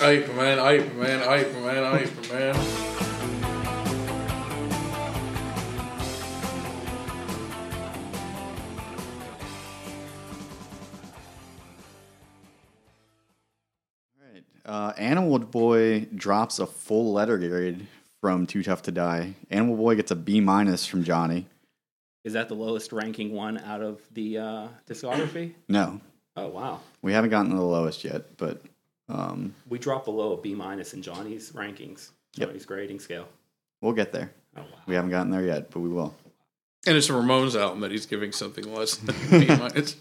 Aperman, Aperman, Aperman, Aperman. Right. Uh, Animal Boy drops a full letter grade from Too Tough to Die. Animal Boy gets a B minus from Johnny. Is that the lowest ranking one out of the uh, discography? No, Oh wow, we haven't gotten to the lowest yet, but um, we dropped below a B minus in Johnny's rankings, Yep. Johnny's grading scale. we'll get there. Oh wow, We haven't gotten there yet, but we will. And it's a Ramones album that he's giving something less than B minus.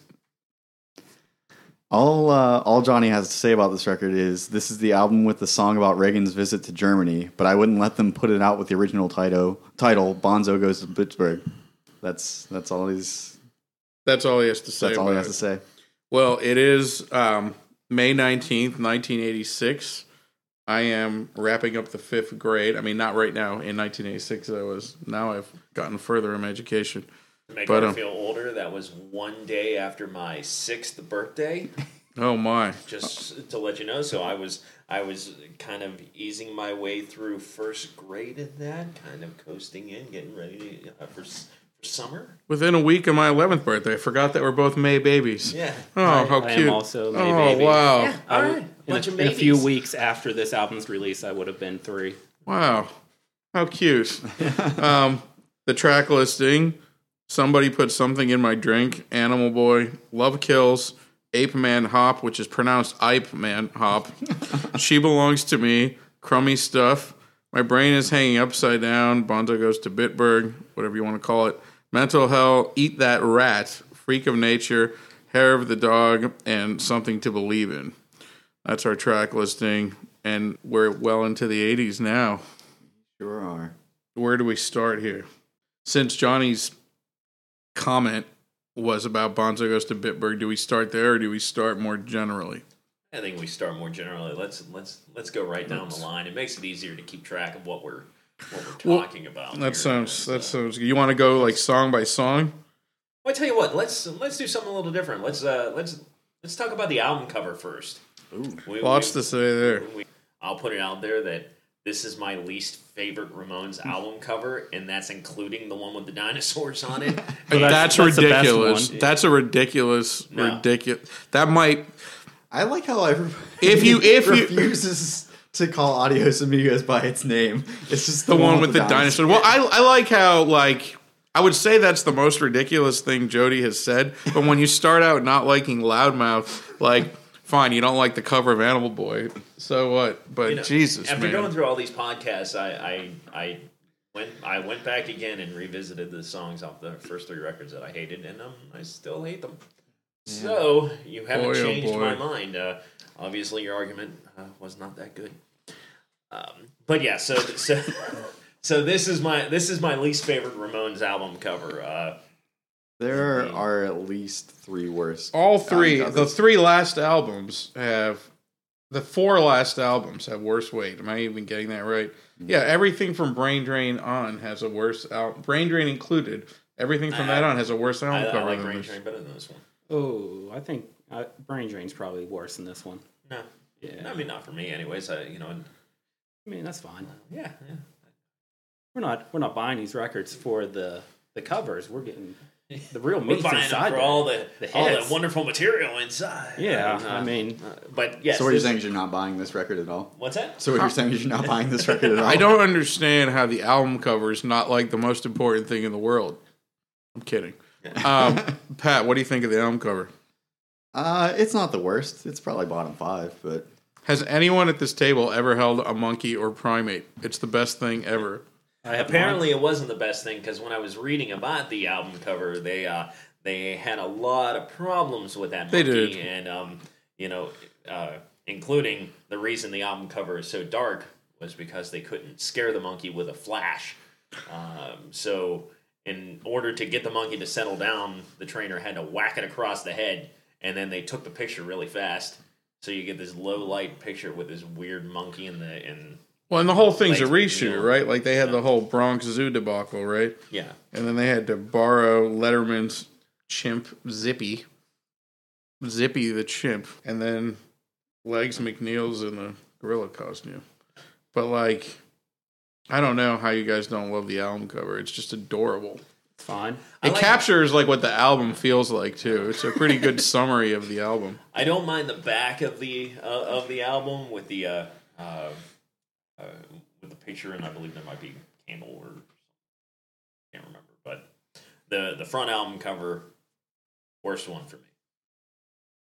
All uh, all Johnny has to say about this record is this is the album with the song about Reagan's visit to Germany, but I wouldn't let them put it out with the original title. Title Bonzo goes to Pittsburgh. That's that's all he's That's all he has to say. that's all about he has it. to say. Well, it is um, May 19th, 1986. I am wrapping up the fifth grade. I mean, not right now. In 1986, I was. Now I've gotten further in my education. Make But, me um, feel older. That was one day after my sixth birthday. Oh, my. Just to let you know, so I was I was kind of easing my way through first grade in that, kind of coasting in, getting ready to, uh, for s- for summer. Within a week of my 11th birthday, I forgot that we're both May babies. Yeah, Oh, how I am cute. also May oh, baby. wow. all I- right, in, a, bunch of in a few maybes. weeks after this album's release, I would have been three. Wow. How cute. um, the track listing Somebody Put Something in My Drink, Animal Boy, Love Kills, Ape Man Hop, which is pronounced Ipe Man Hop, She Belongs to Me, Crummy Stuff, My Brain is Hanging Upside Down, Bonzo Goes to Bitburg, whatever you want to call it, Mental Hell, Eat That Rat, Freak of Nature, Hair of the Dog, and Something to Believe in. That's our track listing, and we're well into the 80s now Sure are. where do we start here? Since Johnny's comment was about Bonzo goes to Bitburg, do we start there or do we start more generally? I think we start more generally. Let's let's let's go right down the line. It makes it easier to keep track of what we're what we're Well, talking about. here. That sounds So- that sounds. You want to go like song by song? Well, I tell you what, let's let's do something a little different. Let's uh let's let's talk about the album cover first. We- Lots we- to say there. we- I'll put it out there that this is my least favorite Ramones album cover, and that's including the one with the dinosaurs on it. That's, that's- that's the best ridiculous. one. That's a ridiculous, No. ridiculous. That might. I like how everybody If you- if you- refuses to call Adios Amigos by its name. It's just the one with the dinosaur. Well, I, I like how like I would say that's the most ridiculous thing Jody has said. But when you start out not liking Loudmouth, like fine, you don't like the cover of Animal Boy, so what? But You know, Jesus, After man, going through all these podcasts, I, I I went I went back again and revisited the songs off the first three records that I hated, and um, I still hate them. So you haven't Boy, oh changed my boy. mind. Uh, obviously, your argument uh, was not that good. Um, but yeah, so so so this is my this is my least favorite Ramones album cover. Uh, There are at least three worse. all three, album the covers. three last albums have. The four last albums have worse weight. Am I even getting that right? Mm-hmm. Yeah, everything from Brain Drain on has a worse album. Brain Drain included. Everything from that on has a worse I, album I cover. like than Brain this. Train better than this one. Oh, I think uh, Brain Drain's probably worse than this one. No, Yeah, I mean not for me, anyways. I you know I mean that's fine. yeah. yeah. We're not we're not buying these records for the the covers. We're getting the real We're meat buying them inside. for there. all the, The all that hits. wonderful material inside. yeah, Uh, I mean, uh, but yes. So what you're this- saying is you're not buying this record at all? What's that? So what you're saying is you're not buying this record at all? I don't understand how the album cover is not like the most important thing in the world. I'm kidding. Um, Pat, what do you think of the album cover? Uh, it's not the worst. It's probably bottom five, but Has anyone at this table ever held a monkey or primate? It's the best thing ever. I have Apparently, it wasn't the best thing because when I was reading about the album cover, they uh, they had a lot of problems with that. They monkey did. and um, you know, uh, including the reason the album cover is so dark was because they couldn't scare the monkey with a flash. Um, so, in order to get the monkey to settle down, the trainer had to whack it across the head, and then they took the picture really fast. So you get this low light picture with this weird monkey in the in Well, and the whole thing's a Thanks, Neil. reshoot, right? Like they had the whole Bronx Zoo debacle, right? yeah. And then they had to borrow Letterman's chimp Zippy, Zippy the chimp, and then Legs McNeil's in the Gorilla costume. But like, I don't know how you guys don't love the album cover. It's just adorable. It's fine. I It like- captures like what the album feels like too. It's a pretty good summary of the album. I don't mind the back of the uh, of the album with the uh, uh, uh, with the picture, and I believe there might be candle or can't remember, but the the front album cover worst one for me.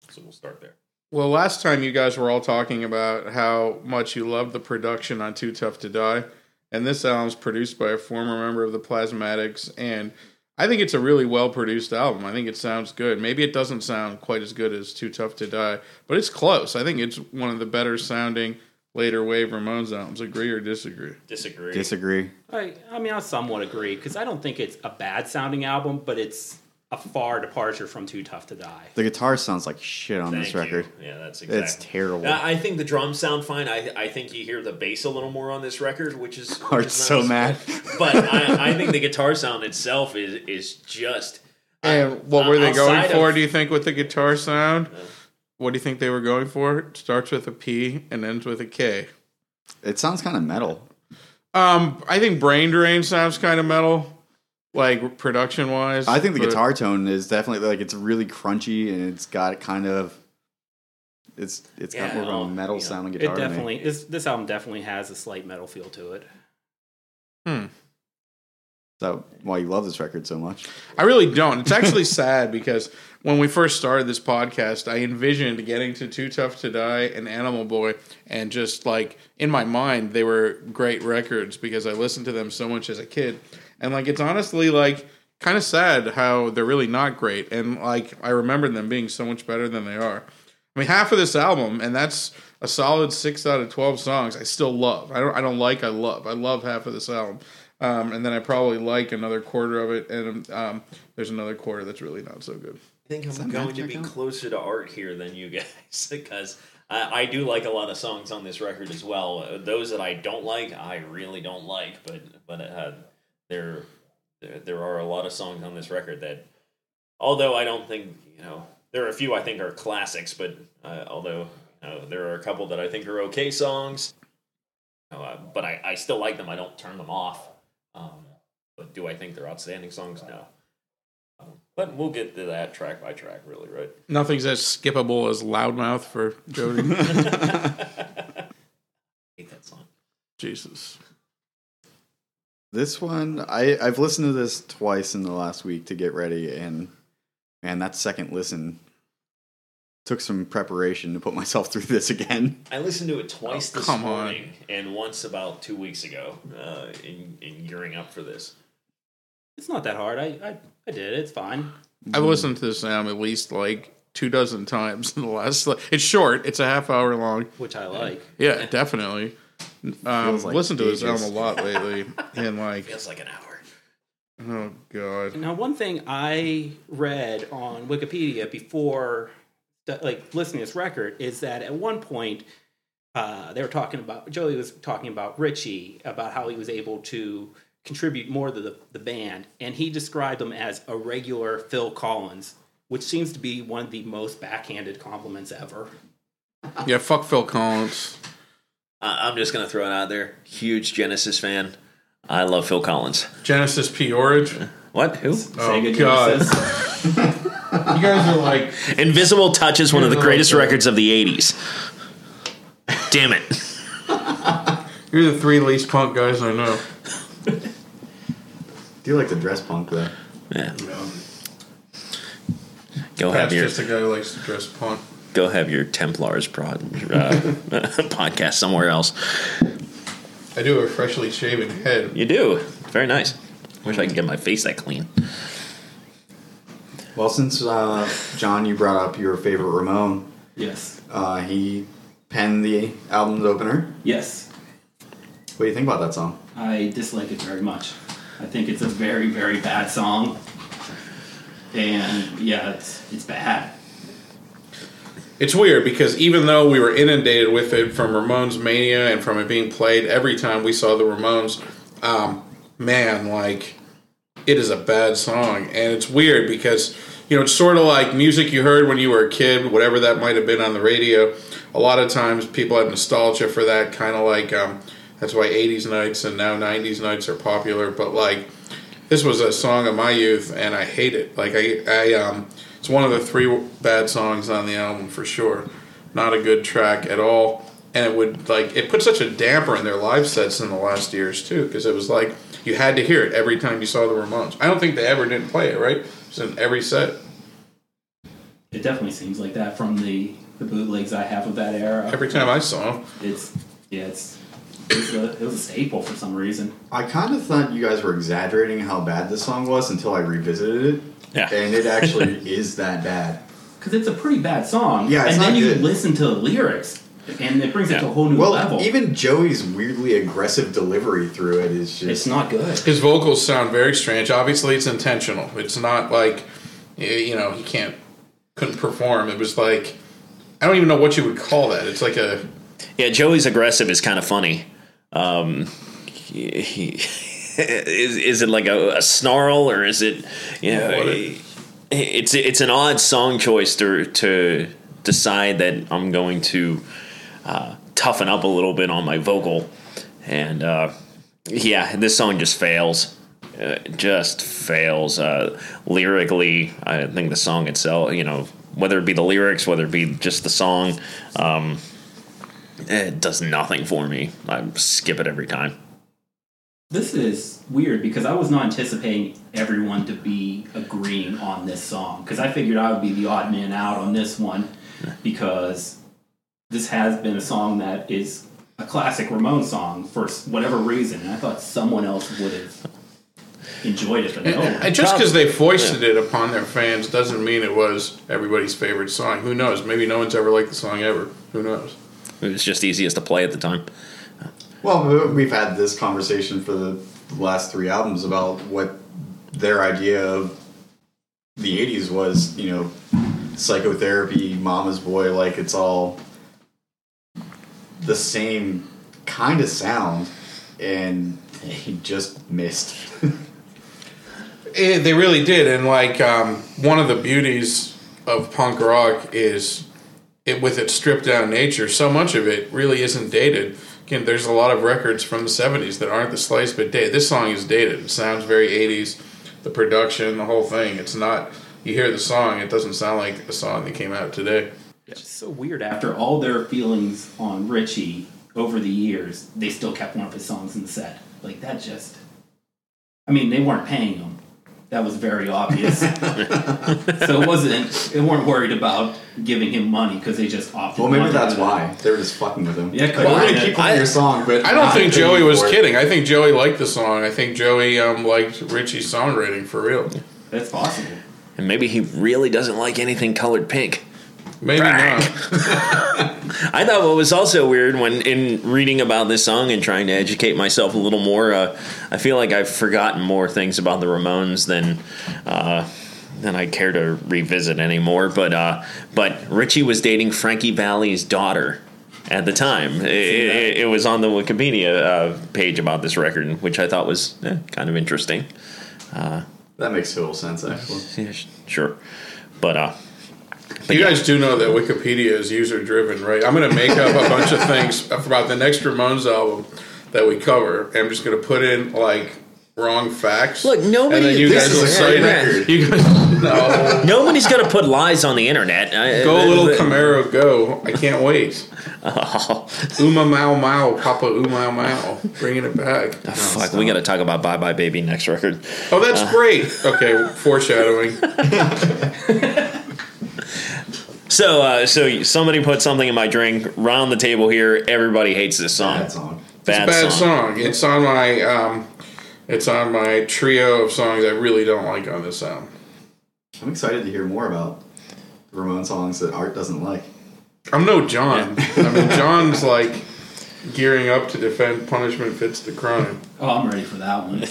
So we'll start there. Well, last time you guys were all talking about how much you loved the production on Too Tough to Die, and this album's produced by a former member of the Plasmatics, and I think it's a really well produced album. I think it sounds good. Maybe it doesn't sound quite as good as Too Tough to Die, but it's close. I think it's one of the better sounding later wave Ramones albums. Agree or disagree? Disagree. Disagree. I, I mean, I somewhat agree because I don't think it's a bad sounding album, but it's a far departure from Too Tough to Die. The guitar sounds like shit on Thank this you. record. Yeah, that's exactly. It's terrible. I I think the drums sound fine. I, I think you hear the bass a little more on this record, which is which Art's is not so as mad. good. But I, I think the guitar sound itself is is just And what were they going Outside for, of- do you think, with the guitar sound? What do you think they were going for? It starts with a P and ends with a K. It sounds kind of metal. Um, I think Brain Drain sounds kind of metal, like production wise. I think the guitar tone is definitely like it's really crunchy and it's got kind of it's it's got Yeah, more of oh, a metal yeah. sounding guitar. It to me. definitely is. This album definitely has a slight metal feel to it. Is that why you love this record so much? I really don't. It's actually sad because when we first started this podcast, I envisioned getting to Too Tough to Die and Animal Boy, and just like in my mind, they were great records because I listened to them so much as a kid. And like, it's honestly like kind of sad how they're really not great. And like, I remember them being so much better than they are. I mean, half of this album, and that's a solid six out of twelve songs. I still love. I don't. I don't like. I love. I love half of this album, um, and then I probably like another quarter of it. And um, there's another quarter that's really not so good. I think I'm going to magic be out? closer to art here than you guys because I, I do like a lot of songs on this record as well. Uh, Those that I don't like, I really don't like, but but uh, there, there there are a lot of songs on this record that, although I don't think you know, there are a few I think are classics, but uh, although you know, there are a couple that I think are okay songs, you know, uh, but I, I still like them. I don't turn them off. Um, but do I think they're outstanding songs? No. But we'll get to that track by track, really, right? Nothing's as skippable as Loudmouth for Jody. hate that song. Jesus. This one I I've listened to this twice in the last week to get ready and and that second listen took some preparation to put myself through this again. I listened to it twice Oh, this come on. morning and once about two weeks ago uh, in, in gearing up for this. It's not that hard. I I, I did. it. It's fine. I've listened to this album at least like two dozen times in the last. Like, it's short. It's a half hour long. Which I like. Yeah, definitely. Um, Feels like listened to this ages. album a lot lately, and like, Feels like an hour. oh god. Now, one thing I read on Wikipedia before, that- like listening to this record, is that at one point uh, they were talking about Joey was talking about Richie about how he was able to contribute more to the, the band, and he described him as a regular Phil Collins, which seems to be one of the most backhanded compliments ever. Yeah, fuck Phil Collins. Uh, I'm just going to throw it out there. Huge Genesis fan. I love Phil Collins. Genesis P. Orage. What? Who? Oh God! you guys are like Invisible Touch is one of the greatest records of the 80s. Damn it. you're the three least punk guys I know. Do you like the dress punk though? Yeah. Go That's have your just a guy who likes to dress punk. go have your Templars prod, uh, podcast somewhere else. I do have a freshly shaven head. You do. Very nice. Wish I could get my face that clean. Well, since uh, John, you brought up your favorite Ramon, Yes. uh, he penned the album's opener. Yes. What do you think about that song? I dislike it very much. I think it's a very, very bad song. And yeah, it's, it's bad. It's weird because even though we were inundated with it from Ramones Mania and from it being played every time we saw the Ramones, um, man, like it is a bad song, and it's weird because you know, it's sort of like music you heard when you were a kid, whatever that might have been on the radio. A lot of times people have nostalgia for that, kind of like um, that's why 80s nights and now 90s nights are popular. But like, this was a song of my youth, and I hate it. Like, I, I um, it's one of the three bad songs on the album for sure. Not a good track at all. And it would like it put such a damper in their live sets in the last years too, because it was like you had to hear it every time you saw the Ramones. I don't think they ever didn't play it, right? It's in every set. It definitely seems like that from the, the bootlegs I have of that era. Every time I saw them. It's yeah, it's it was, a, it was a staple for some reason. I kind of thought you guys were exaggerating how bad this song was until I revisited it. Yeah. And it actually is that bad. Because it's a pretty bad song. Yeah, it's and then not you good. listen to the lyrics, and it brings it to a whole new Well, level. even Joey's weirdly aggressive delivery through it is just. it's not good. His vocals sound very strange. Obviously, it's intentional. It's not like y- you know he can't couldn't perform. It was like I don't even know what you would call that. It's like a Yeah, Joey's aggressive is kind of funny. Um, he, he, is is it like a, a snarl or is it you know What it- it's it's an odd song choice to to decide that I'm going to uh, toughen up a little bit on my vocal and uh, yeah this song just fails. Uh, it just fails uh, lyrically. I think the song itself, you know, whether it be the lyrics, whether it be just the song, um, it does nothing for me. I skip it every time. This is weird because I was not anticipating everyone to be agreeing on this song because I figured I would be the odd man out on this one because this has been a song that is a classic Ramon song for s- whatever reason, and I thought someone else would have enjoyed it, but no. Oh, and just because they foisted it upon their fans doesn't mean it was everybody's favorite song. Who knows? Maybe no one's ever liked the song ever. Who knows? It was just easiest to play at the time. Well, we've had this conversation for the last three albums about what their idea of the 80s was, you know, psychotherapy, mama's boy, like it's all the same kind of sound, and they just missed. Eh, they really did, and like um, one of the beauties of punk rock is it with its stripped down nature. So much of it really isn't dated. Again, there's a lot of records from the '70s that aren't the slice but dated. This song is dated. It sounds very '80s. The production, the whole thing. It's not. You hear the song, it doesn't sound like a song that came out today. It's just so weird. After all their feelings on Richie over the years, they still kept one of his songs in the set. Like that just. I mean, they weren't paying him. That was very obvious. so it wasn't. They weren't worried about giving him money because they just opted. Well, maybe not to that's do that. why they were just fucking with him. Yeah, like, well, we're gonna I- keep playing I- your song, but I don't not think paying Joey you was for it. kidding. I think Joey liked the song. I think Joey um, liked Richie's songwriting for real. That's possible. And maybe he really doesn't like anything colored pink. Maybe not. I thought what was also weird when in reading about this song and trying to educate myself a little more, uh, I feel like I've forgotten more things about the Ramones than uh, than I care to revisit anymore. But uh, but Richie was dating Frankie Valli's daughter at the time. It, it, it was on the Wikipedia uh, page about this record, which I thought was eh, kind of interesting. That makes total sense, actually. Yeah, sh- sure, but uh, you guys do know that Wikipedia is user driven, right? I'm going to make up a bunch of things about the next Ramones album that we cover. And I'm just going to put in like wrong facts. Look, nobody- And then you this guys is will a say record. You guys, no. nobody's gonna put lies on the internet. I- Oh, Go little the- Camaro, go! I can't wait. Uma Mau Mau, Papa Uma Mau Mau, bringing it back. Fuck, we gotta talk about Bye Bye Baby next record. Oh, that's great. Okay, foreshadowing. So, uh, so somebody put something in my drink. Round the table here. Everybody hates this song. That song. Bad, Bad song. song. It's on my um, it's on my trio of songs I really don't like on this album. I'm excited to hear more about Ramon songs that Art doesn't like. I'm no John. I mean, John's like gearing up to defend punishment fits the crime. Oh, I'm ready for that one.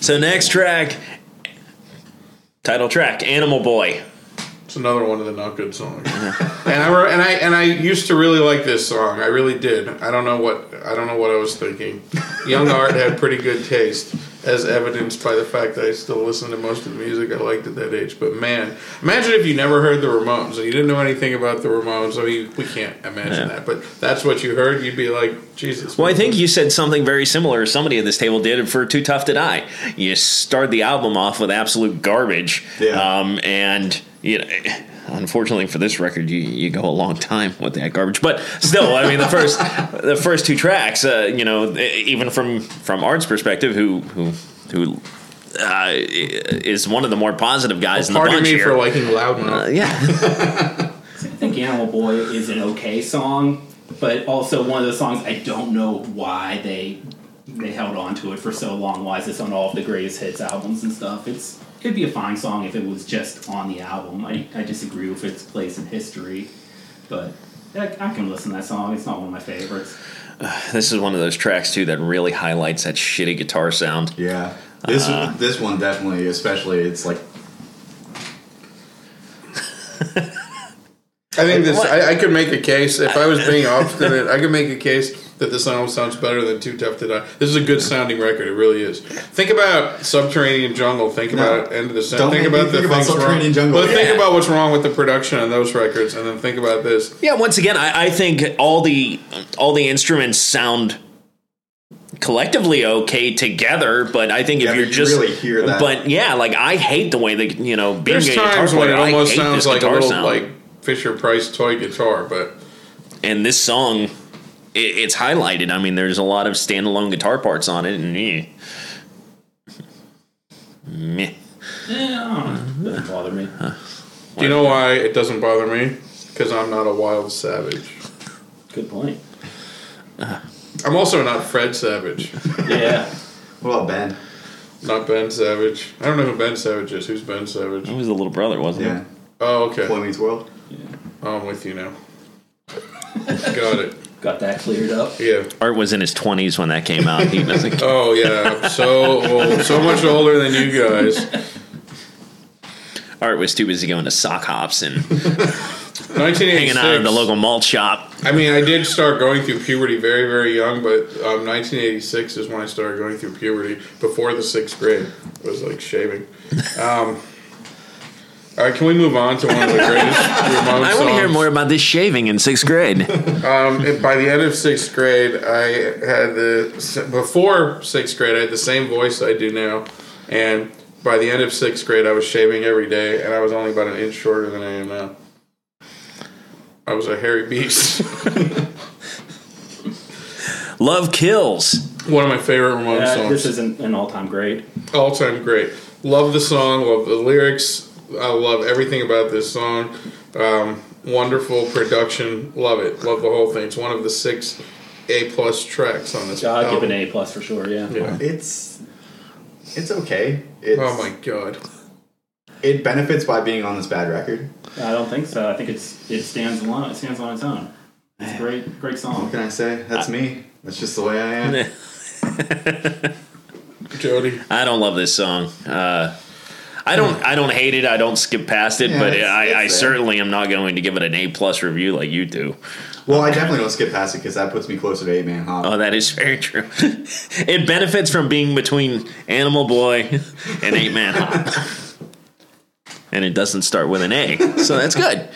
So next track, title track, Animal Boy. It's another one of the not good songs. and I were, and I and I used to really like this song. I really did. I don't know what I don't know what I was thinking. Young Art had pretty good taste. as evidenced by the fact that I still listen to most of the music I liked at that age. But man, imagine if you never heard the Ramones and you didn't know anything about the Ramones. I mean, we can't imagine that, but that's what you heard. You'd be like, Jesus. Well, I think you said something very similar. Somebody at this table did for "Too Tough to Die." You start the album off with absolute garbage, Yeah. um, and you know, unfortunately for this record, you, you go a long time with that garbage. But still, I mean, the first the first two tracks, uh, you know, e- even from from Art's perspective, who who who uh, i- is one of the more positive guys in the Pardon bunch me here. for liking Loudmouth. Uh, yeah, I think Animal Boy is an okay song, but also one of those songs I don't know why they they held on to it for so long. Why is this on all of the greatest hits albums and stuff? It's it'd be a fine song if it was just on the album. I, I disagree with its place in history, but I, I can listen to that song. It's not one of my favorites. this is one of those tracks too that really highlights that shitty guitar sound. Yeah. This Uh-huh. this one definitely, especially it's like I think this. What? I, I could make a case if I was being obstinate. I could make a case that this album sounds better than Too Tough to Die. This is a good sounding record. It really is. Think about Subterranean Jungle. Think about End of the Sun. Don't Think make me about the think about things wrong. Subterranean Jungle. But think Yeah. about what's wrong with the production on those records, and then think about this. Yeah, once again, I, I think all the all the instruments sound collectively okay together, but I think if Yeah, you're you just really hear that. But yeah, like I hate the way that you know being There's a guitar times when player, it I almost hate sounds this like a guitar little sound. like Fisher Price toy guitar, but and this song. It, it's highlighted. I mean, there's a lot of standalone guitar parts on it, and eh. meh. Yeah, Eh, I don't know. Doesn't bother me. do you know why it doesn't bother me? Because I'm not a wild savage. Good point. I'm also not Fred Savage, Yeah. what about Ben? not Ben Savage. I don't know who Ben Savage is. Who's Ben Savage? It was the little brother, wasn't Yeah. it? Oh, okay. Boy Meets World. Oh, I'm with you now. Got it. Got that cleared up. Yeah. Art was in his 20s when that came out. He was like, Oh, yeah. I'm so old. So much older than you guys. Art was too busy going to sock hops and 1986. hanging out at the local malt shop. I mean, I did start going through puberty very, very young, but um, 1986 is when I started going through puberty before the sixth grade. It was like shaving. Um, all right, can we move on to one of the greatest Ramones I want to hear songs? more about this shaving in sixth grade. Um, and by the end of sixth grade, I had the before sixth grade, I had the same voice I do now, and by the end of sixth grade, I was shaving every day, and I was only about an inch shorter than I am now. I was a hairy beast. Love kills. One of my favorite Ramones Yeah, songs. Uh, this is an, an all-time great. all time great. Love the song, love the lyrics. I love everything about this song. Um, wonderful production, love it. Love the whole thing. It's one of the six A plus tracks on this. God, give album. an A plus for sure. Yeah. Yeah. It's it's okay. It's, Oh my god. It benefits by being on this bad record. I don't think so. I think it's it stands alone. It stands on its own. It's a great, great What song. can I say? That's Uh, me. That's just the way I am. Jody. I don't love this song. Uh, I don't. I don't hate it. I don't skip past it. Yeah, but it's- I, it's I there. certainly am not going to give it an A plus review like you do. Well, I definitely don't skip past it because that puts me closer to Eight Man Hop. Oh, that is very true. it benefits from being between Animal Boy and Eight Man Hop, and it doesn't start with an A, so that's good.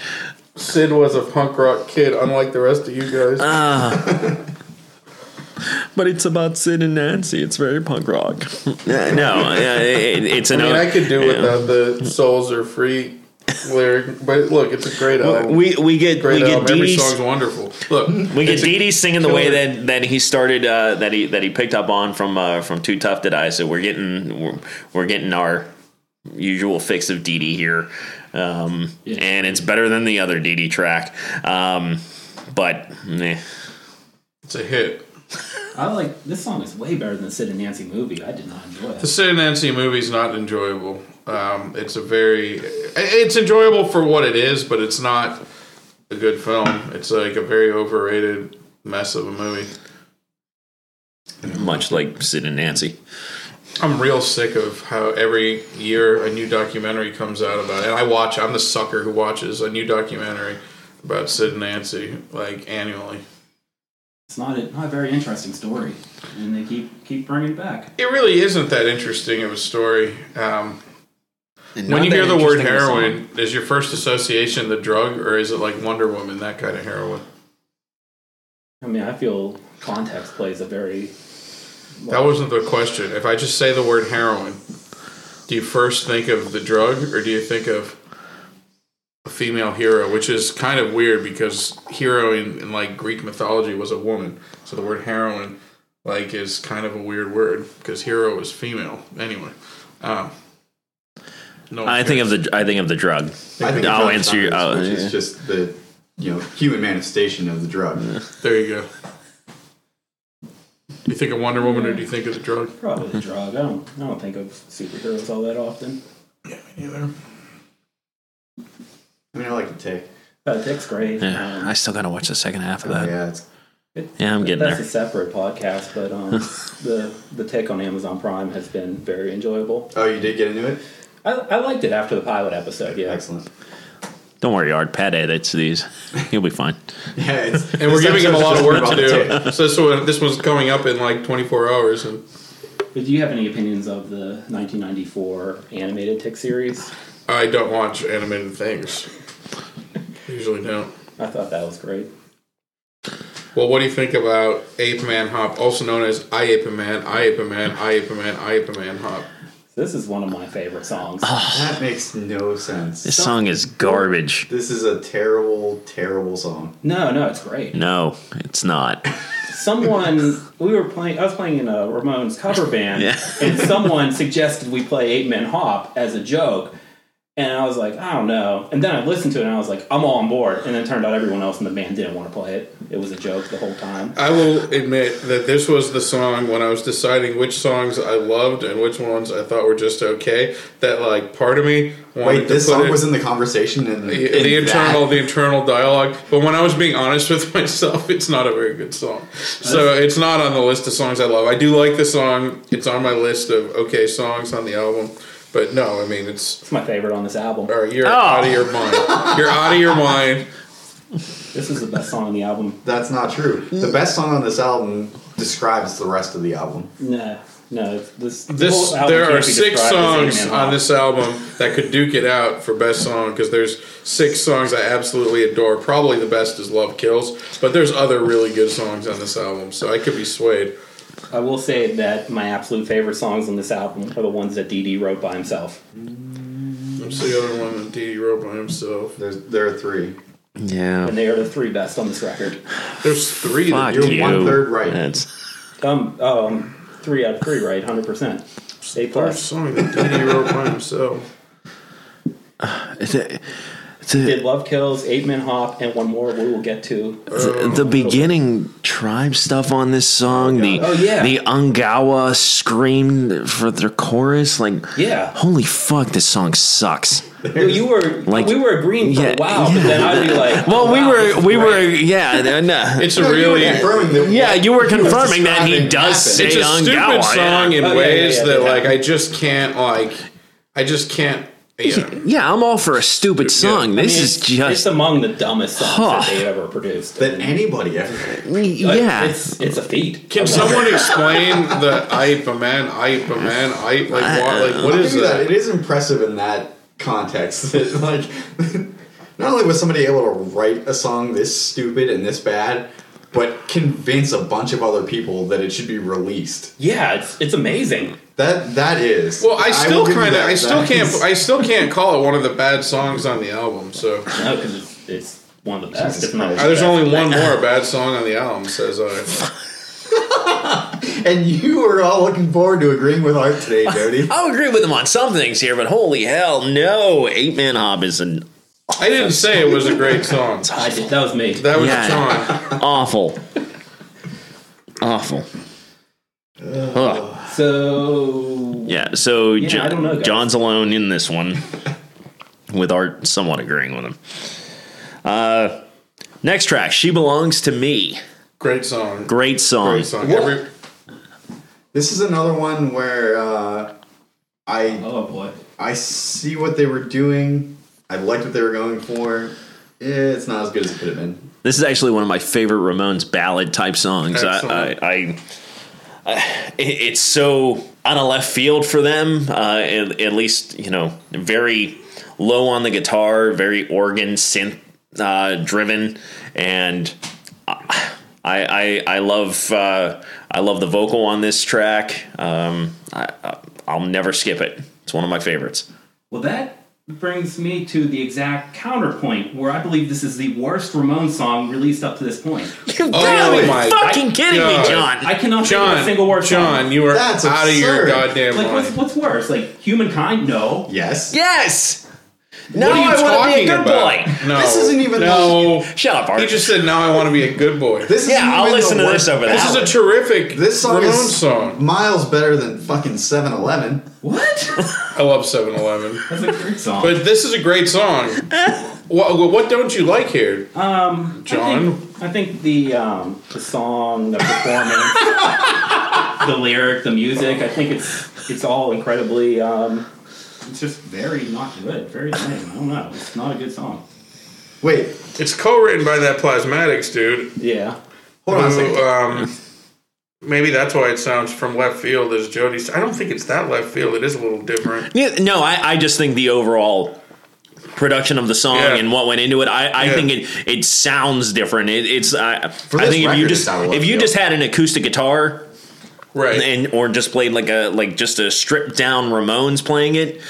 Sid was a punk rock kid, unlike the rest of you guys. But it's about Sid and Nancy. It's very punk rock. no, no, it, it's an I mean, O- I could do Uh, yeah. without the "Souls Are Free" lyric, but look, it's a great album. We we get great we get album. Every Dee Dee song's wonderful. Look, we get it's a- Dee Dee singing the way killer. that, that he started uh, that he that he picked up on from uh, from Too Tough to Die. So we're getting we're, we're getting our usual fix of Dee Dee here, um, Yeah. and it's better than the other Dee Dee track. Um, but meh. it's a hit. I like this song is way better than the Sid and Nancy movie. I did not enjoy The it. Sid and Nancy movie's not enjoyable. Um, it's a very, it's enjoyable for what it is, but it's not a good film. It's like a very overrated mess of a movie. much like Sid and Nancy, I'm real sick of how every year a new documentary comes out about it. And I watch, I'm the sucker who watches a new documentary about Sid and Nancy, like annually. It's not a, not a very interesting story, and they keep keep bringing it back. It really isn't that interesting of a story. Um, when And not you that hear the word interesting of a song. heroin, is your first association the drug, or is it like Wonder Woman that kind of heroin? I mean, I feel context plays a very That wasn't the question. If I just say the word heroin, do you first think of the drug or do you think of a female hero? Which is kind of weird because hero in, in like Greek mythology was a woman. So the word heroin like is kind of a weird word because hero is female. Anyway. Um, no I think of the I think of the drug. I think I'll it's answer your. not Oh, which yeah. is just the you know human manifestation of the drug. There you go. Do you think of Wonder Woman or do you think of the drug? probably a drug. I don't I don't think of superheroes all that often. I mean, I like to take. Uh, Dick's great. Yeah, Um, I still gotta watch the second half of that. Oh, yeah, it's Yeah, I'm getting That's there. a separate podcast, but um, the the tick on Amazon Prime has been very enjoyable. oh, you did get into it. I, I liked it after the pilot episode. Yeah, Excellent. Don't worry, Art. Pat edits these. He'll be fine. Yeah, it's, And we're this giving him a episode's lot of just work about to the tick. do. So, so this one's coming up in like 24 hours. And But do you have any opinions of the 1994 animated Tick series? I don't watch animated things. Usually don't. I thought that was great. Well, what do you think about Ape Man Hop, also known as I Ape a Man, I Ape a Man, I Ape a Man, I Ape a Man Hop? This is one of my favorite songs. That makes no sense. This song is garbage. This is a terrible, terrible song. No, no, it's great. No, it's not. Someone we were playing. I was playing in a Ramones cover band, Yeah. and someone suggested we play Eight Men Hop as a joke. And I was like, I don't know. And then I listened to it, and I was like, I'm all on board. And then it turned out everyone else in the band didn't want to play it. It was a joke the whole time. I will admit that this was the song when I was deciding which songs I loved and which ones I thought were just okay. That like part of me wanted Wait, this to put song it, was in the conversation and the, the internal the internal dialogue. But when I was being honest with myself, it's not a very good song. So it's not on the list of songs I love. I do like the song. It's on my list of okay songs on the album. But no, I mean it's It's my favorite on this album. all right, you're out of your mind. You're out of your mind. This is the best song on the album. That's not true. Mm. The best song on this album describes the rest of the album. No, no. This the This whole album there can't are be six described as Eight songs Men on Hop. this album that could duke it out for best song because there's six songs I absolutely adore. Probably the best is Love Kills, but there's other really good songs on this album, so I could be swayed. I will say that my absolute favorite songs on this album are the ones that DD wrote by himself. What's the other one that D wrote by himself? There's there are three. Yeah. And they are the three best on this record. There's three. Fuck That You're you. one-third right. That's, Um, um, three out of three, right? Hundred percent. A first plus. song that Dee Dee wrote by himself. it's a- it's a- Did Love Kills, Eight Men Hop, and one more we will get to. the, the beginning tribe stuff on this song, the Oh, yeah. the Ungawa scream for their chorus, like Yeah. holy fuck, this song sucks. Well, you were Like- we were agreeing for Yeah, a while, but then I'd be like, Well, wow, we this were is we great. were yeah no. It's a No, you were really. confirming that- yeah, you were confirming that he describing does happened. say It's a Ungawa. stupid song in Oh, yeah, yeah, ways yeah, that, yeah. like, I just can't, like, I just can't. You know. Yeah, I'm all for a stupid song. I mean, This is it's- it's just among the dumbest songs Huh. that they've ever produced. That And anybody ever. I- yeah. it's it's a feat. Can someone explain the Ipe a man, Ipe a man, Ipe? Like, what, like, what I'll is give you that. that? It is impressive in that context that like not only was somebody able to write a song this stupid and this bad, but convince a bunch of other people that it should be released. Yeah, it's it's amazing. That that is. Well, I still will give you kind of, that. I still That can't, is- I still can't call it one of the bad songs on the album. So No, because it's it's one of the best. Jesus if not the Christ. Uh, there's best. only one more bad song on the album. Says I. and you were all looking forward to agreeing with Art today, Jody. I'll agree with him on some things here, but holy hell, no! Eight Man Hob is an I didn't say it was a great song. I did. That was me. That was Yeah. John. awful, awful. Ugh. so Yeah, so Jo- I don't know, guys. John's alone in this one, with Art somewhat agreeing with him. Uh, next track, "She Belongs to Me." Great song. Great song. Great song. What? Every, This is another one where uh, I oh boy, I see what they were doing. I liked what they were going for. Eh, It's not as good as it could have been. This is actually one of my favorite Ramones ballad type songs. I, Excellent. I, I, I it- it's so on a left field for them. Uh, at, at least you know, very low on the guitar, very organ synth uh, driven, and I, I, I love, uh, I love the vocal on this track. Um, I, I- I'll never skip it. It's one of my favorites. Well, that brings me to the exact counterpoint where I believe this is the worst Ramon song released up to this point. You're gotta be Oh my fucking kidding God. me, John. I cannot think of John, a single worst John, song. you are That's out of your absurd. goddamn Like, what's, mind. what's worse? Like, humankind? No. Yes. Yes. No, What are you I want to be talking a good about? boy. No, This isn't even- no. Shut up, Art. He just said, "Now I want to be a good boy." This, This is yeah, I'll listen to this over that. is one. a terrific This song Ramones is song. miles better than fucking 7-Eleven. What? I love 7-Eleven. That's a great song. but this is a great song. what, what don't you like here? um, John? I think, I think the um, the song, the performance, the lyric, the music. I think it's it's all incredibly. Um, it's just very not good. Very lame. I don't know. It's not a good song. Wait, It's co-written by that Plasmatics dude. Yeah. hold on a who, second. um, maybe that's why it sounds from left field as Jody's. I don't think it's that left field. It is a little different. Yeah, no, I, I just think the overall production of the song Yeah. and what went into it, I, I Yeah. think it it sounds different. It, it's I, I this think if record, you it just sounded like if you it. just had an acoustic guitar Right. and or just played like a like just a stripped down Ramones playing it.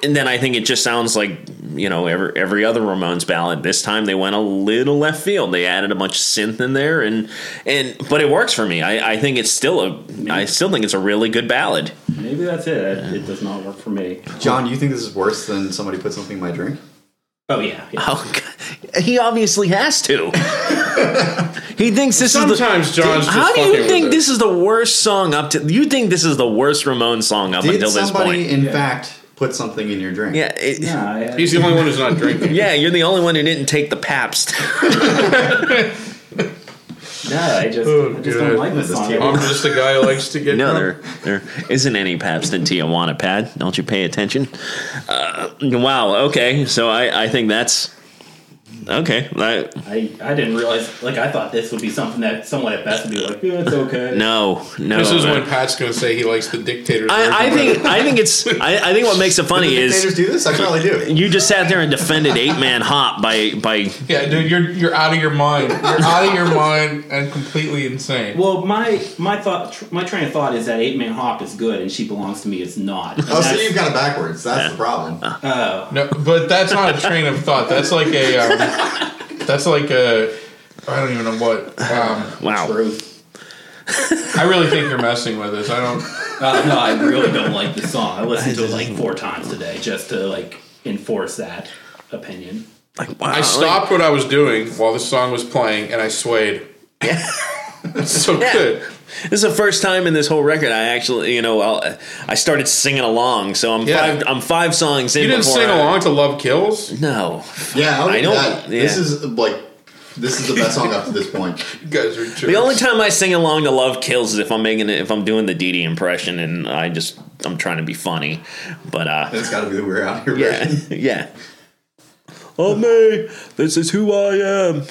And then I think it just sounds like you know every every other Ramones ballad. This time they went a little left field. They added a bunch of synth in there, and and but it works for me. I, I think it's still a I still think it's a really good ballad. Maybe that's it. It, it does not work for me. John, you think this is worse than somebody put something in my drink? Oh yeah. yeah. Oh, God. he obviously has to. he thinks this is the. Sometimes John's just How do fucking you think with it. this is the worst song up to? You think this is the worst Ramon song up Did until this somebody, point? in fact, put something in your drink? Yeah, it, yeah. Yeah, I- He's the only one who's not drinking. you're the only one who didn't take the Pabst. yeah, I just, Oh, I just good. don't like this This song. team. I'm just the guy who likes to get no, there, drunk. there isn't any Pabst in Tijuana, Pad. Don't you pay attention? Uh, wow. Okay, so I, I think that's okay. I, I, I didn't realize. Like, I thought this would be something that someone at best would be like, "Yeah, it's okay." no, no. This is I- when Pat's going to say he likes the dictator. I, I think I think it's I, I think what makes it funny is Dictators do this? I probably do. You just sat there and defended eight man hop by by Yeah, dude, you're you're out of your mind. You're out of your mind and completely insane. Well, my my thought, tr- my train of thought is that Eight Man Hop is good, and She Belongs to Me is not. Oh, so you've got it backwards. That's the problem. Uh, No, but that's not a train of thought. That's like a. Um, that's like a. I don't even know what. Um, wow. Truth. I really think you're messing with us. I don't. Uh, no, I really don't like the song. I listened to it like four times today just to like enforce that opinion. Like, wow. I stopped what I was doing while the song was playing, and I swayed. It's so Yeah. good. This is the first time in this whole record I actually you know I'll, I started singing along. So I'm Yeah. five I'm five songs in. You didn't before sing I- along to "Love Kills." No, Yeah, I'll I I don't- know. That. This yeah. is like this is the best song up to this point. You guys are jerks. the only time I sing along to Love Kills is if I'm making it if I'm doing the DD impression and I just I'm trying to be funny, but uh It's got to be the We're Out Here yeah version. yeah. Oh me, this is who I am.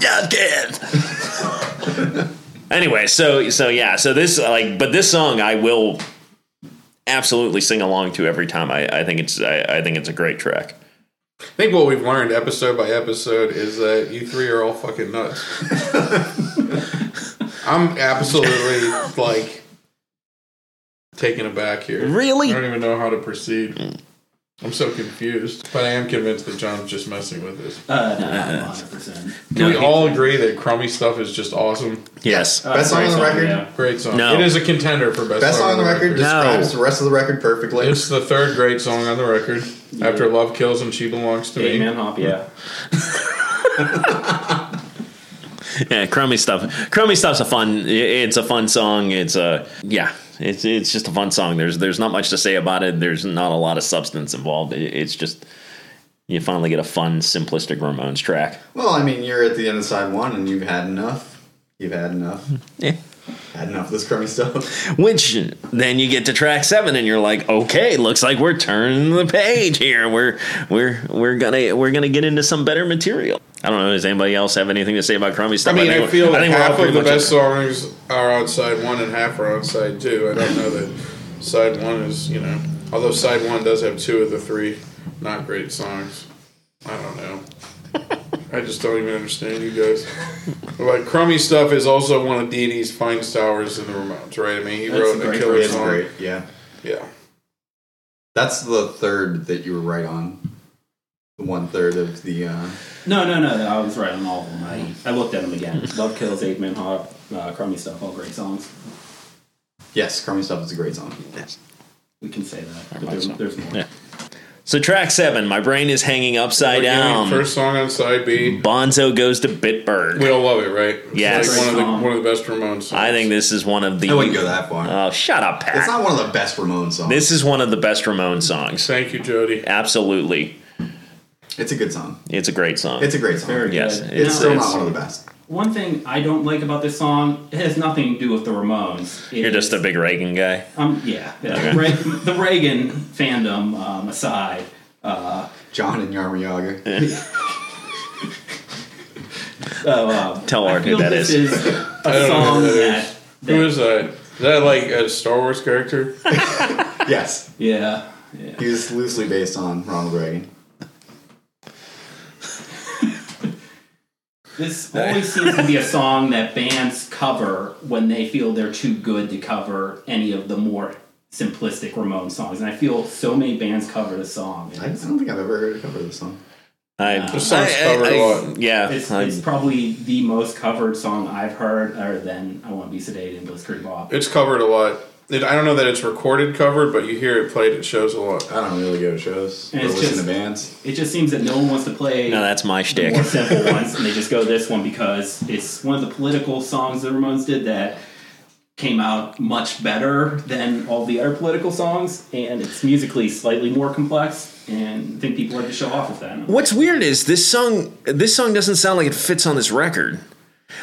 Yeah, again. anyway, so so yeah, so this like, but this song I will absolutely sing along to every time. I, I think it's I, I think it's a great track. I think what we've learned episode by episode is that you three are all fucking nuts. I'm absolutely like taken aback here. Really? I don't even know how to proceed. I'm so confused, but I am convinced that John's just messing with us. Uh, no, not 100%. Can we all agree that crummy stuff is just awesome? Yes. Best song on the record. Yeah. Great song. No. It is a contender for best, Best song on the record No. describes the rest of the record perfectly. It's the third great song on the record after "Love Kills" and "She Belongs to Eight Me." Man Hop, yeah. Yeah, crummy stuff. Crummy stuff's a fun. i- It's a fun song. It's a yeah. It's it's just a fun song. There's there's not much to say about it. There's not a lot of substance involved. It- It's just you finally get a fun, simplistic Ramones track. Well, I mean, you're at the end of side one, and you've had enough. You've had enough. Yeah. Had enough of this crummy stuff. Which then you get to track seven, and you're like, okay, looks like we're turning the page here. We're we're we're gonna we're gonna get into some better material. I don't know. Does anybody else have anything to say about crummy I stuff? mean, I, think- feel like we're all half pretty of the much- best songs are on side one and half are on side two. I don't know that side one is, you know, although side one does have two of the three not great songs. I don't know. I just don't even understand you guys. Like crummy stuff is also one of Dee Dee's finest hours in the Ramones, right? I mean, he wrote a killer It's song. great. Yeah. Yeah, That's the third that you were right on. The one third of the. Uh, No, no, no, no. I was right on all of them. I, I looked at them again. Love Kills, Eight Man Hop, uh, Crummy Stuff, all great songs. yes, crummy stuff is a great song. We can say that. But there's, there's more. So track seven, my brain is hanging upside Again, down. first song on side B. Bonzo goes to Bitburg. We all love it, right? It's Yes. like one of the Song. one of the best Ramones. Songs. I think this is one of the. I wouldn't go that far. Oh, shut up, Pat. it's not one of the best Ramon songs. this is one of the best Ramon songs. Thank you, Jody. Absolutely, it's a good song. it's a great song. It's a great song. Very yes, good. it's uh, Now, still it's- not one of the best. One thing I don't like about this song, it has nothing to do with the Ramones. It You're just a is- big Reagan guy. Um, yeah. yeah. Okay. Re- the Reagan fandom um, aside, uh, John and Yarmiyaga. so, uh, Tell Art I who feel that this is. is don't a know song who that that, is. Who is that? Is that like a Star Wars character? yes, yeah, yeah. he was loosely based on Ronald Reagan. This always seems to be a song that bands cover when they feel they're too good to cover any of the more simplistic Ramon songs. And I feel so many bands cover this song. I don't It's, think I've ever heard a cover of this song. I, This song's I- I- covered a I- lot. Yeah, it's, I- it's probably the most covered song I've heard, other than I Want to Be Sedated and Blitzkrieg Bob. It's covered a lot. It, I don't know that it's recorded covered, but you hear it played at shows a lot. I don't really go to shows And or it's listen just- to bands. It just seems that no one wants to play no, that's my the shtick. more simple ones, and they just go this one because it's one of the political songs the Ramones did that came out much better than all the other political songs, and it's musically slightly more complex, and I think people like to show off with that. What's weird is this song. This song doesn't sound like it fits on this record.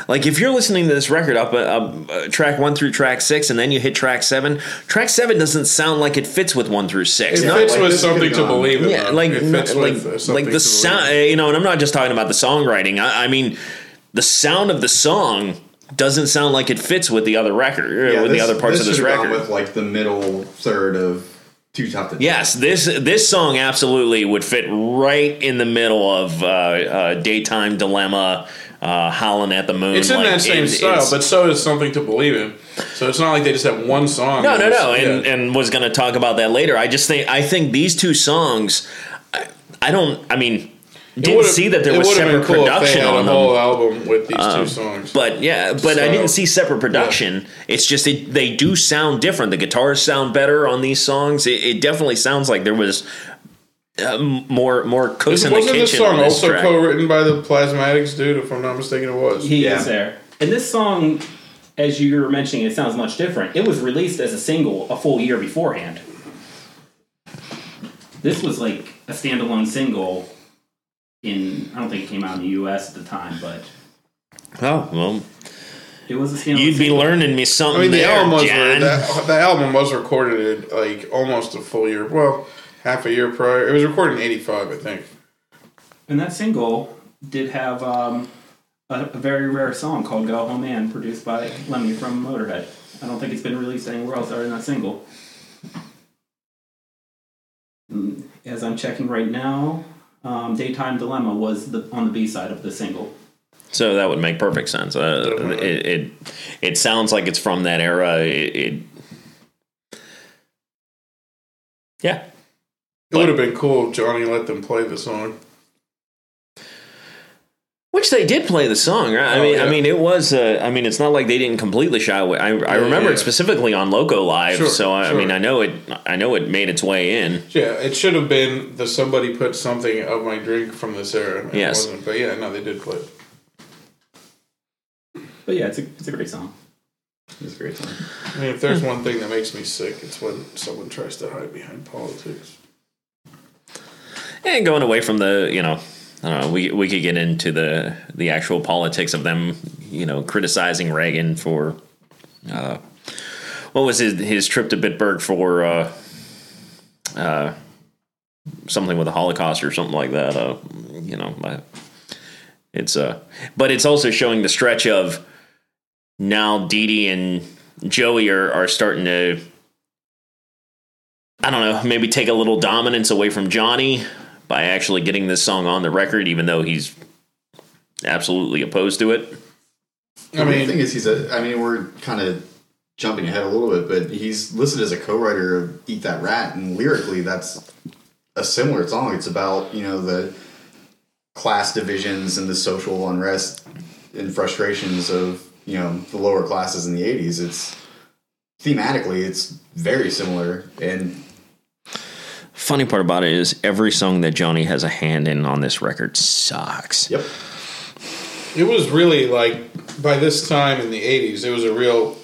Like if you're listening to this record up, uh, up uh, track one through track six, and then you hit track seven. Track seven doesn't sound like it fits with one through six. It Not- fits like with this something could've to gone. believe in. yeah, though. like it fits like with, uh, something like to the believe sound. eh, in. You know, and I'm not just talking about the songwriting. I, I mean, the sound of the song doesn't sound like it fits with the other record, eh, with the other parts of this should've gone record. with like the middle third of Two Top to Yes, this this song absolutely would fit right in the middle of uh, uh, daytime dilemma, uh, howling at the moon. It's in like, that same it- style, it's- but so is something to believe in. So it's not like they just have one song. no, that no, was- no, and yeah. and was going to talk about that later. I just think I think these two songs, I, I don't. I mean, didn't would've- see that there it was would've separate been cool if production they had on a them. Um, whole album with these two songs. But yeah, but I So- didn't see separate production. It's just it, they do sound different. The guitars sound better on these songs. It, it definitely sounds like there was uh, m- more more cooks in the wasn't this kitchen. on song this also track. co-written by the Plasmatics dude? If I'm not mistaken, it was. He Yeah. is there. And this song, as you were mentioning, it sounds much different. It was released as a single a full year beforehand. This was like a standalone single in, I don't think it came out in the US at the time, but Oh well, it was a standalone you'd be single. learning me I something. mean, the there, album was Jan. that, the album was recorded at, like almost a full year, well, half a year prior. It was recorded in '85, I think. And that single did have um, a, a very rare song called Go Home Man, produced by Lemmy from Motorhead. I don't think it's been released anywhere else other than that single. Mm, As I'm checking right now, um, Daytime Dilemma was the, on the B side of the single. So that would make perfect sense. Uh, Definitely. it, it it sounds like it's from that era. It, it yeah. It would have been cool if Johnny let them play the song. Which they did play the song. Right? I Oh, mean, I yeah. mean, it was. Uh, I mean, it's not like they didn't completely shy away. I, I Yeah, remember yeah. it specifically on Loco Live. Sure, so I, I sure. mean, I know it. I know it made its way in. Yeah, it should have been the somebody put something of my drink from this era. It Yes. wasn't, but yeah, no, they did play. it. But yeah, it's a, it's a great song. It's a great song. I mean, if there's one thing that makes me sick, it's when someone tries to hide behind politics. And going away from the, you know, I don't know. We we could get into the the actual politics of them, you know, criticizing Reagan for uh, what was his his trip to Bitburg for uh, uh, something with the Holocaust or something like that. Uh, you know, I, it's uh, but it's also showing the stretch of now Dee Dee and Joey are are starting to. I don't know, maybe take a little dominance away from Johnny by actually getting this song on the record, even though he's absolutely opposed to it. I mean, the thing is, he's a. I mean, we're kind of jumping ahead a little bit, but he's listed as a co-writer of "Eat That Rat," and lyrically, that's a similar song. It's about you know the class divisions and the social unrest and frustrations of you know the lower classes in the '80s. It's thematically, it's very similar, and Funny part about it is every song that Johnny has a hand in on this record sucks. yep, It was really like by this time in the '80s, it was a real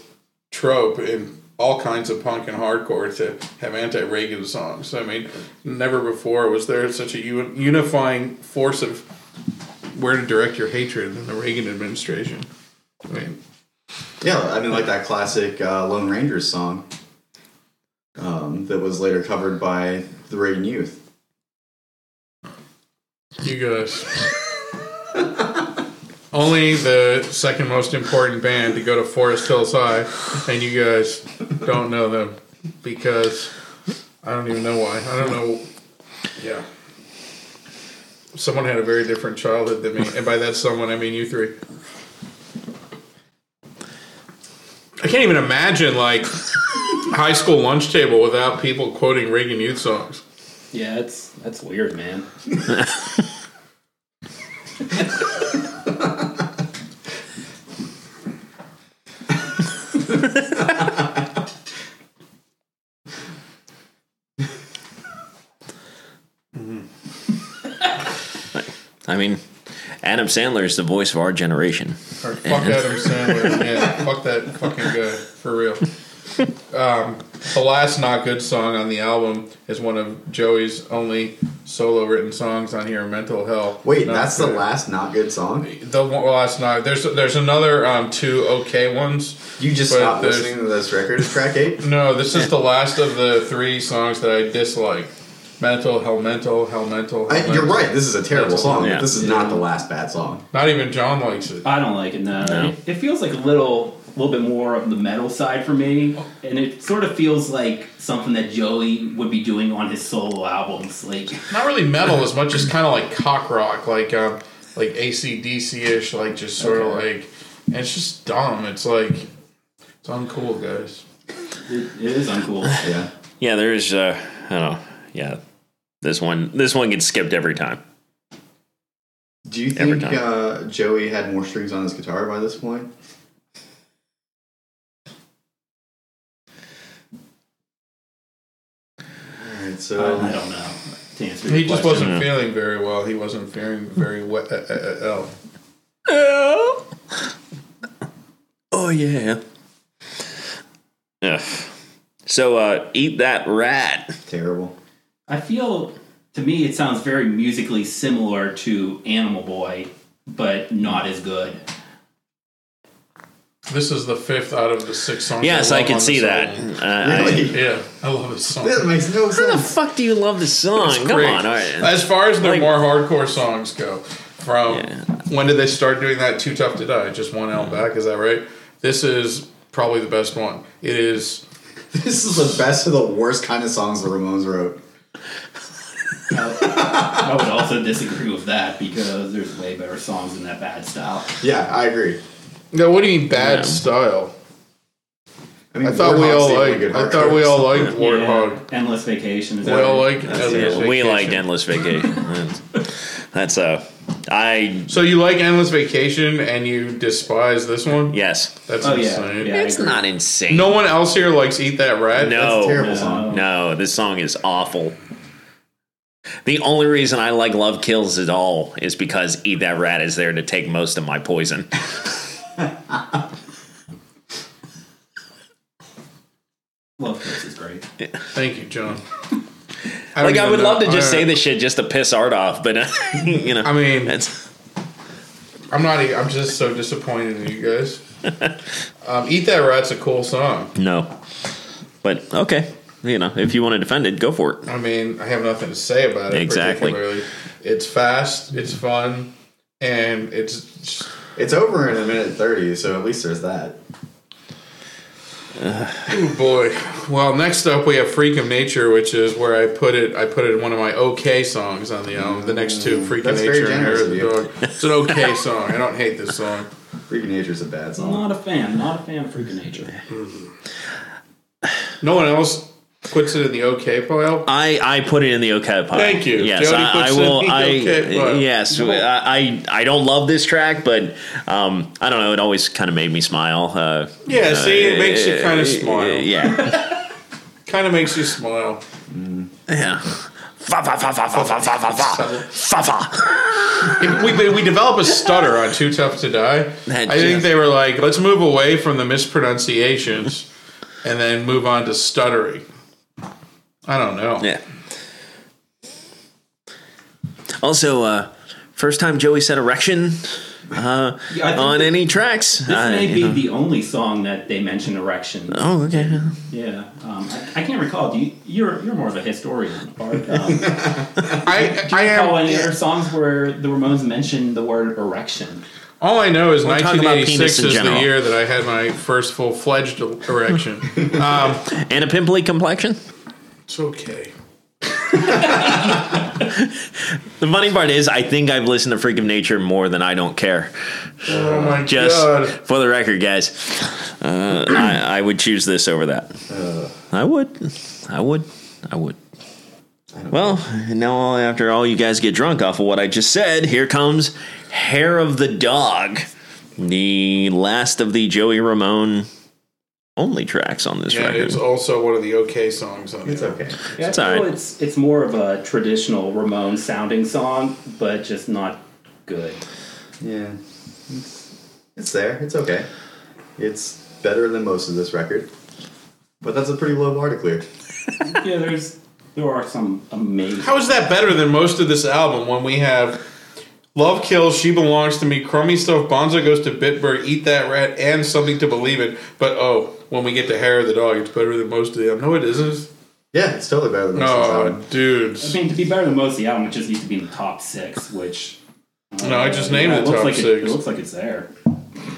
trope in all kinds of punk and hardcore to have anti-Reagan songs. I mean, never before was there such a un- unifying force of where to direct your hatred than the Reagan administration. I mean, yeah. I mean, like that classic uh, Lone Rangers song um, that was later covered by the Reagan Youth. you guys. Only the second most important band to go to Forest Hills High, and you guys don't know them because I don't even know why. I don't know. Yeah. Someone had a very different childhood than me, and by that someone, I mean you three. I can't even imagine like high school lunch table without people quoting Reagan Youth songs. Yeah, it's that's weird, man. I mean, Adam Sandler is the voice of our generation. Or fuck Adam Sandler. Yeah, fuck that fucking guy for real. Um, the last not good song on the album is one of Joey's only solo written songs on here. Mental Hell. Wait, Not that's the good. last not good song. The one- last not. There's there's another um, two okay ones. You just But stopped there's- listening to this record, track eight. No, this is the last of the three songs that I dislike. Mental Hell, Mental Hell, Mental. Hell, I, you're Mental. right. This is a terrible song. Yeah. But this is not the last bad song. Not even John likes it. I don't like it. No, No. It, it feels like a little, little bit more of the metal side for me, and it sort of feels like something that Joey would be doing on his solo albums. Like, not really metal as much as kind of like cock rock, like um, like ACDC ish, like just sort of like, and it's just dumb. It's like it's uncool, guys. it, it is uncool. Yeah. Yeah, there's uh, I don't know. Yeah, this one this one gets skipped every time. Do you Every think time. uh, Joey had more strings on his guitar by this point? All right, I, Um, I so don't know. To answer your He just question. wasn't Yeah. feeling very well. He wasn't feeling very well. Uh, uh, uh, uh. Oh yeah. Ugh. So uh, eat that rat. terrible. I feel to me it sounds very musically similar to Animal Boy, but not as good. This is the fifth out of the six songs. Yes, I love can on see this that. album. Uh, I- Really? Yeah, I love this song. That makes no How the sense. fuck do you love this song? Come Great. on, all right. As far as the Like- more hardcore songs go, from Yeah. Mm-hmm. when did they start doing that? Too tough to die. Just one album back. Is that right? This is probably the best one. It is. This is the best of the worst kind of songs the Ramones wrote. I would also disagree with that because there's way better songs in that bad style. Yeah, I agree. Now, what do you mean bad Yeah. style? I, mean, I thought we Warhawk's all the only liked. good I hardcore thought we all song. liked Warthog. Yeah, Endless Vacation. Is We that all right? liked That's Endless the Vacation. other one. We liked endless vacation. That's- That's uh, I So you like Endless Vacation and you despise this one? yes. That's Oh yeah, insane. yeah I It's agree. not insane. No one else here likes Eat That Rat. It's a no, terrible song. No. No, this song is awful. The only reason I like Love Kills at all is because Eat That Rat is there to take most of my poison. uh, Love Kiss is great. Thank you, John. don't Like I even would know- love to just I- say this shit just to piss Art off, but uh, you know, I mean, that's I'm not. e- I'm just so disappointed in you guys. Um, Eat That Rat's a cool song. No. But okay. You know, if you want to defend it, go for it. I mean, I have nothing to say about it. Exactly. Particularly. It's fast, it's fun, and it's just- It's over in a minute and 30, so at least there's that. oh boy. Well, next up we have Freak of Nature, which is where I put it. I put it in one of my okay songs on the album. The next two, Freak That's of very Nature and generous Hair of of the you. Dog. It's an okay song. I don't hate this song. Freaking Nature's a bad song. Not a fan. Not a fan of Freaking Nature. No one else puts it in the okay pile. I, I put it in the okay pile. Thank you. Yes, Jody I, puts I it in will. the I uh, okay pile. yes, I, I I don't love this track, but um, I don't know. It always kind of made me smile. Uh, Yeah, see, it makes you kind uh, of smile. Yeah, Kind of makes you smile. yeah. Fa fa fa fa fa fa fa fa fa fa fa. If we but we develop a stutter on Too Tough to Die. That I think just- they were like, let's move away from the mispronunciations and then move on to stuttering. I don't know. Yeah. Also, uh, first time Joey said erection uh, Yeah, I think on that- any tracks. This I- may be the only song that they mention erection. oh, okay. Yeah, um, I, I can't recall. Do you, you're you're more of a historian. Bart. Um, I, I oh, and there am. are songs where the Ramones mention the word erection. All I know is talk about 1986 penis in is the general. year that I had my first full fledged erection. um, And a pimply complexion. it's okay. The funny part is, I think I've listened to Freak of Nature more than I don't care. Oh my Just god. for the record, guys, uh, I, I would choose this over that. I would, I would, I would. Well, now all- after all you guys get drunk off of what I just said, here comes Hair of the Dog, the last of the Joey Ramone only tracks on this Yeah, record. it's also one of the okay songs on It's the okay. Yeah, It's I feel alright. it's it's more of a traditional Ramones sounding song, but just not good. Yeah. It's, it's there. It's okay. It's better than most of this record. But that's a pretty low bar to clear. yeah, there's there are some amazing. How is that better than most of this album when we have Love Kills, She Belongs to Me, Crummy Stuff, Bonzo Goes to Bitburg, Eat That Rat, and Something to Believe in? But oh, when we get to Hair of the Dog, it's better than most of them. No, it isn't. Yeah, it's totally better than most of No, this I dudes. mean, to be better than most of the album, it just needs to be in the top six, which. No, I just named Yeah, it the looks top like It, six. it looks like it's there.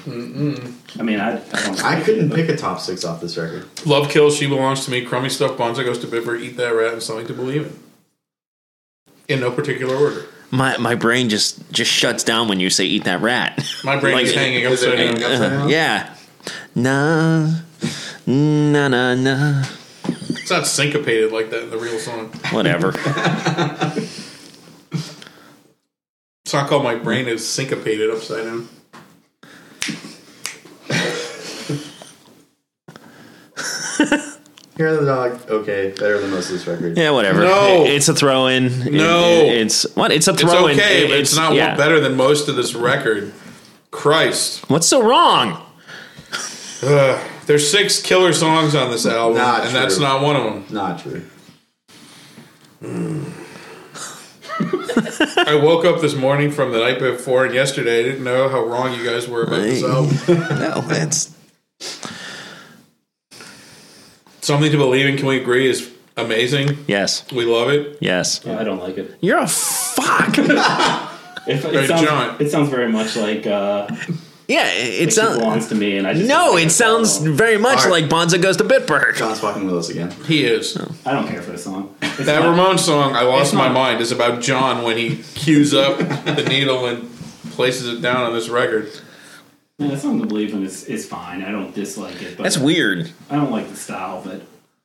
I mean, I, I don't. album. I like couldn't it, pick a top six off this record. Love Kills, She Belongs to Me, Crummy Stuff, Bonzo Goes to Bitburg, Eat That Rat, and Something to Believe in. In no particular order. my my brain just just shuts down when you say "eat that rat." My brain Like- is hanging is it upside hanging down. upside down? yeah, na na na na. It's not syncopated like that in the real song. Whatever. It's not called My Brain is Syncopated Upside Down. Hair of the Dog, okay, better than most of this record. Yeah, whatever. No. It- it's a throw in. No. it's what? It's a It's throw in. okay, but it's, not yeah. better than most of this record. Christ. What's so wrong? Ugh. There's six killer songs on this album, Not and that's true. not one of them. Not true. I woke up this morning from the night before and yesterday. I didn't know how wrong you guys were about this Right. album. No, it's Something to Believe in, can we agree, is amazing. yes, We love it. yes. I don't like it. You're a fuck. It, it, Hey, sounds, John. it sounds very much like uh, yeah, it, it it sounds. belongs to me, and I just No, it don't care for that sounds song. very much All right. like Bonzo goes to Bitburg. John's fucking with us again. He is. Oh. I don't care for the song. It's That not- Ramon song, I Lost It's My not- Mind, is about John when he cues up the needle and places it down on this record. Yeah, that song to believe in is, is fine. I don't dislike it, but That's weird. I don't like the style, but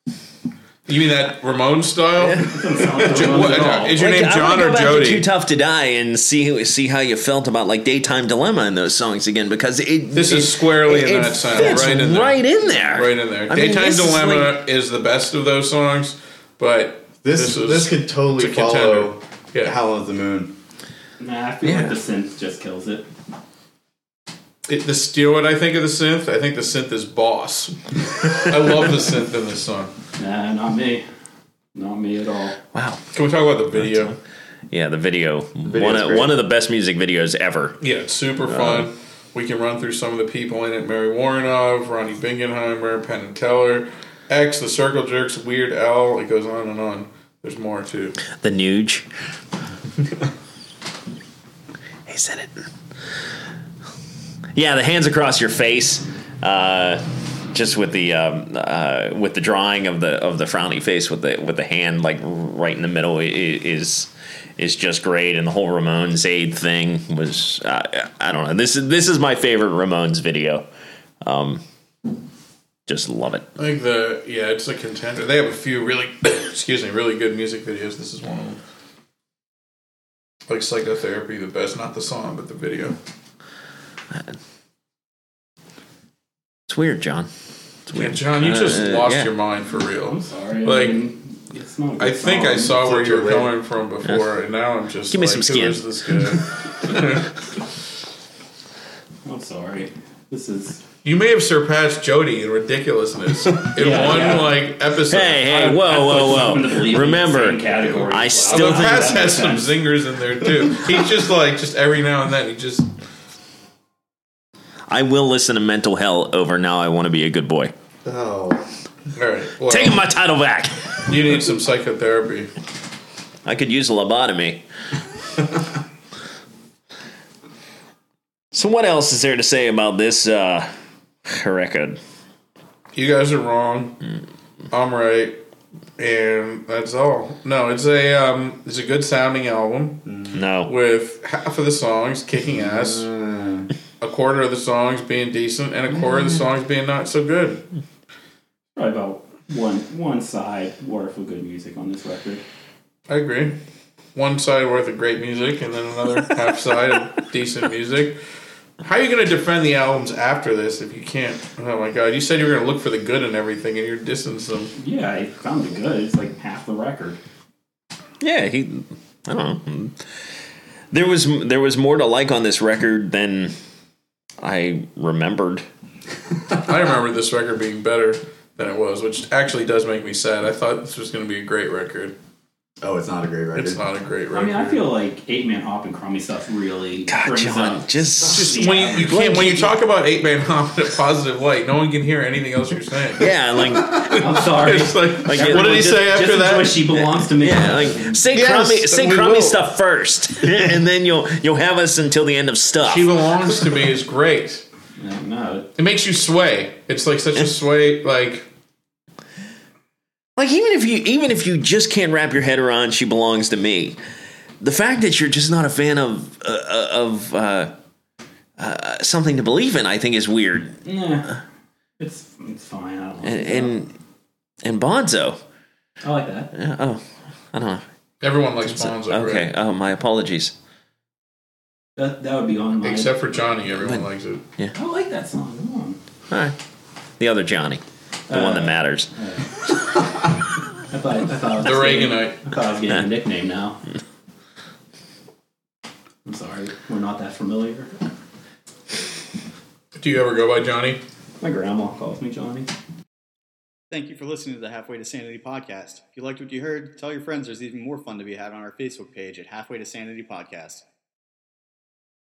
it You mean that Ramon style? doesn't sound like the Ramones What- at all. is your Like, name I wanna John go or back to Jody? Too tough to die, and see see how you felt about like daytime dilemma in those songs again because it This it, is squarely it, in it that sound, fits right in there. right in there, Right in there. I mean, Daytime this is Dilemma like- is, the best of those songs, but This is- this could totally it's a contender. follow Yeah. Howl of the Moon. Nah, I feel Yeah. like the synth just kills it. it, this, you know what I think of the synth? I think the synth is boss. I love the synth in this song. Nah, not me. Not me at all. Wow. Can we talk about the video? Yeah, the video. video's one of great. one of the best music videos ever. Yeah, it's super fun. We can run through some of the people in it: Mary Warrenov, Ronnie Bingenheimer, Penn and Teller, X, The Circle Jerks, Weird Al. It goes on and on. There's more too. The Nuge. he said it. Yeah, the hands across your face. Uh, just with the um, uh, with the drawing of the of the frowny face with the with the hand like right in the middle i- i- is is just great, and the whole Ramones aid thing was uh, I don't know this is this is my favorite Ramones video. Um, just love it. I think the yeah, it's a contender. They have a few really excuse me, really good music videos. This is one of them. Like psychotherapy, the best, not the song, but the video. It's weird, John. Yeah, John, you just Uh, lost yeah. your mind for real. I'm sorry. Um, Like, I, mean, it's not a I good think I song. saw where you were your way. going from before, and now I'm just Give me like, some Who skin. is this guy? I'm sorry. This is you may have surpassed Jody in ridiculousness in Yeah, one yeah. like episode. Hey, hey, I whoa, put whoa, something to believe in whoa! the Remember, same category. I Wow. still the think past that has makes some sense. zingers in there too. He's just like just every now and then he just I will listen to Mental Hell over Now I Want to Be a Good Boy. Oh, all right. Well, Taking my title back. you need some psychotherapy. I could use a lobotomy. so, what else is there to say about this uh, record? You guys are wrong. I'm right, and that's all. No, it's a um, it's a good sounding album No. with half of the songs kicking ass, Uh, a quarter of the songs being decent, and a quarter of the Mm. songs being not so good. probably about one one side worth of good music on this record. I agree. One side worth of great music, and then another half side of decent music. How are you going to defend the albums after this if you can't? Oh my god! You said you were going to look for the good in everything, and you're distancing them. Yeah, I found the good. It's like half the record. Yeah, he. I don't know. There was there was more to like on this record than I remembered. I remember this record being better than it was, which actually does make me sad. I thought this was going to be a great record. oh, it's not a great record. It's not a great record. I mean, I feel like Eight Man Hop and Crummy stuff really God, brings John, up. just just when you, you can't when you talk about Eight Man Hop in a positive light, no one can hear anything else you're saying. yeah, like. I'm sorry. It's like, Like, what did he just- say Just after enjoy that? she belongs to me. Yeah, like say Yes, crummy, but say we crummy will. stuff first, and then you'll you'll have us until the end of stuff. She belongs to me is great. No, no, It makes you sway. It's like such a sway. Like Like even if you even if you just can't wrap your head around she belongs to me, the fact that you're just not a fan of uh, uh, of uh, uh, something to believe in, I think, is weird. nah, it's it's fine. I don't know. And and, and Bonzo, I like that. Yeah, oh, I don't know. everyone likes Bonzo, Okay, right? oh my apologies. That that would be on my. Except for Johnny, everyone likes it. I like that song. Come on. All right, the other Johnny, the one that matters. I thought, I thought I was The getting- Reaganite. I thought I was getting a nickname now. I'm sorry, we're not that familiar. Do you ever go by Johnny? My grandma calls me Johnny. Thank you for listening to the Halfway to Sanity podcast. If you liked what you heard, tell your friends there's even more fun to be had on our Facebook page at Halfway to Sanity Podcast.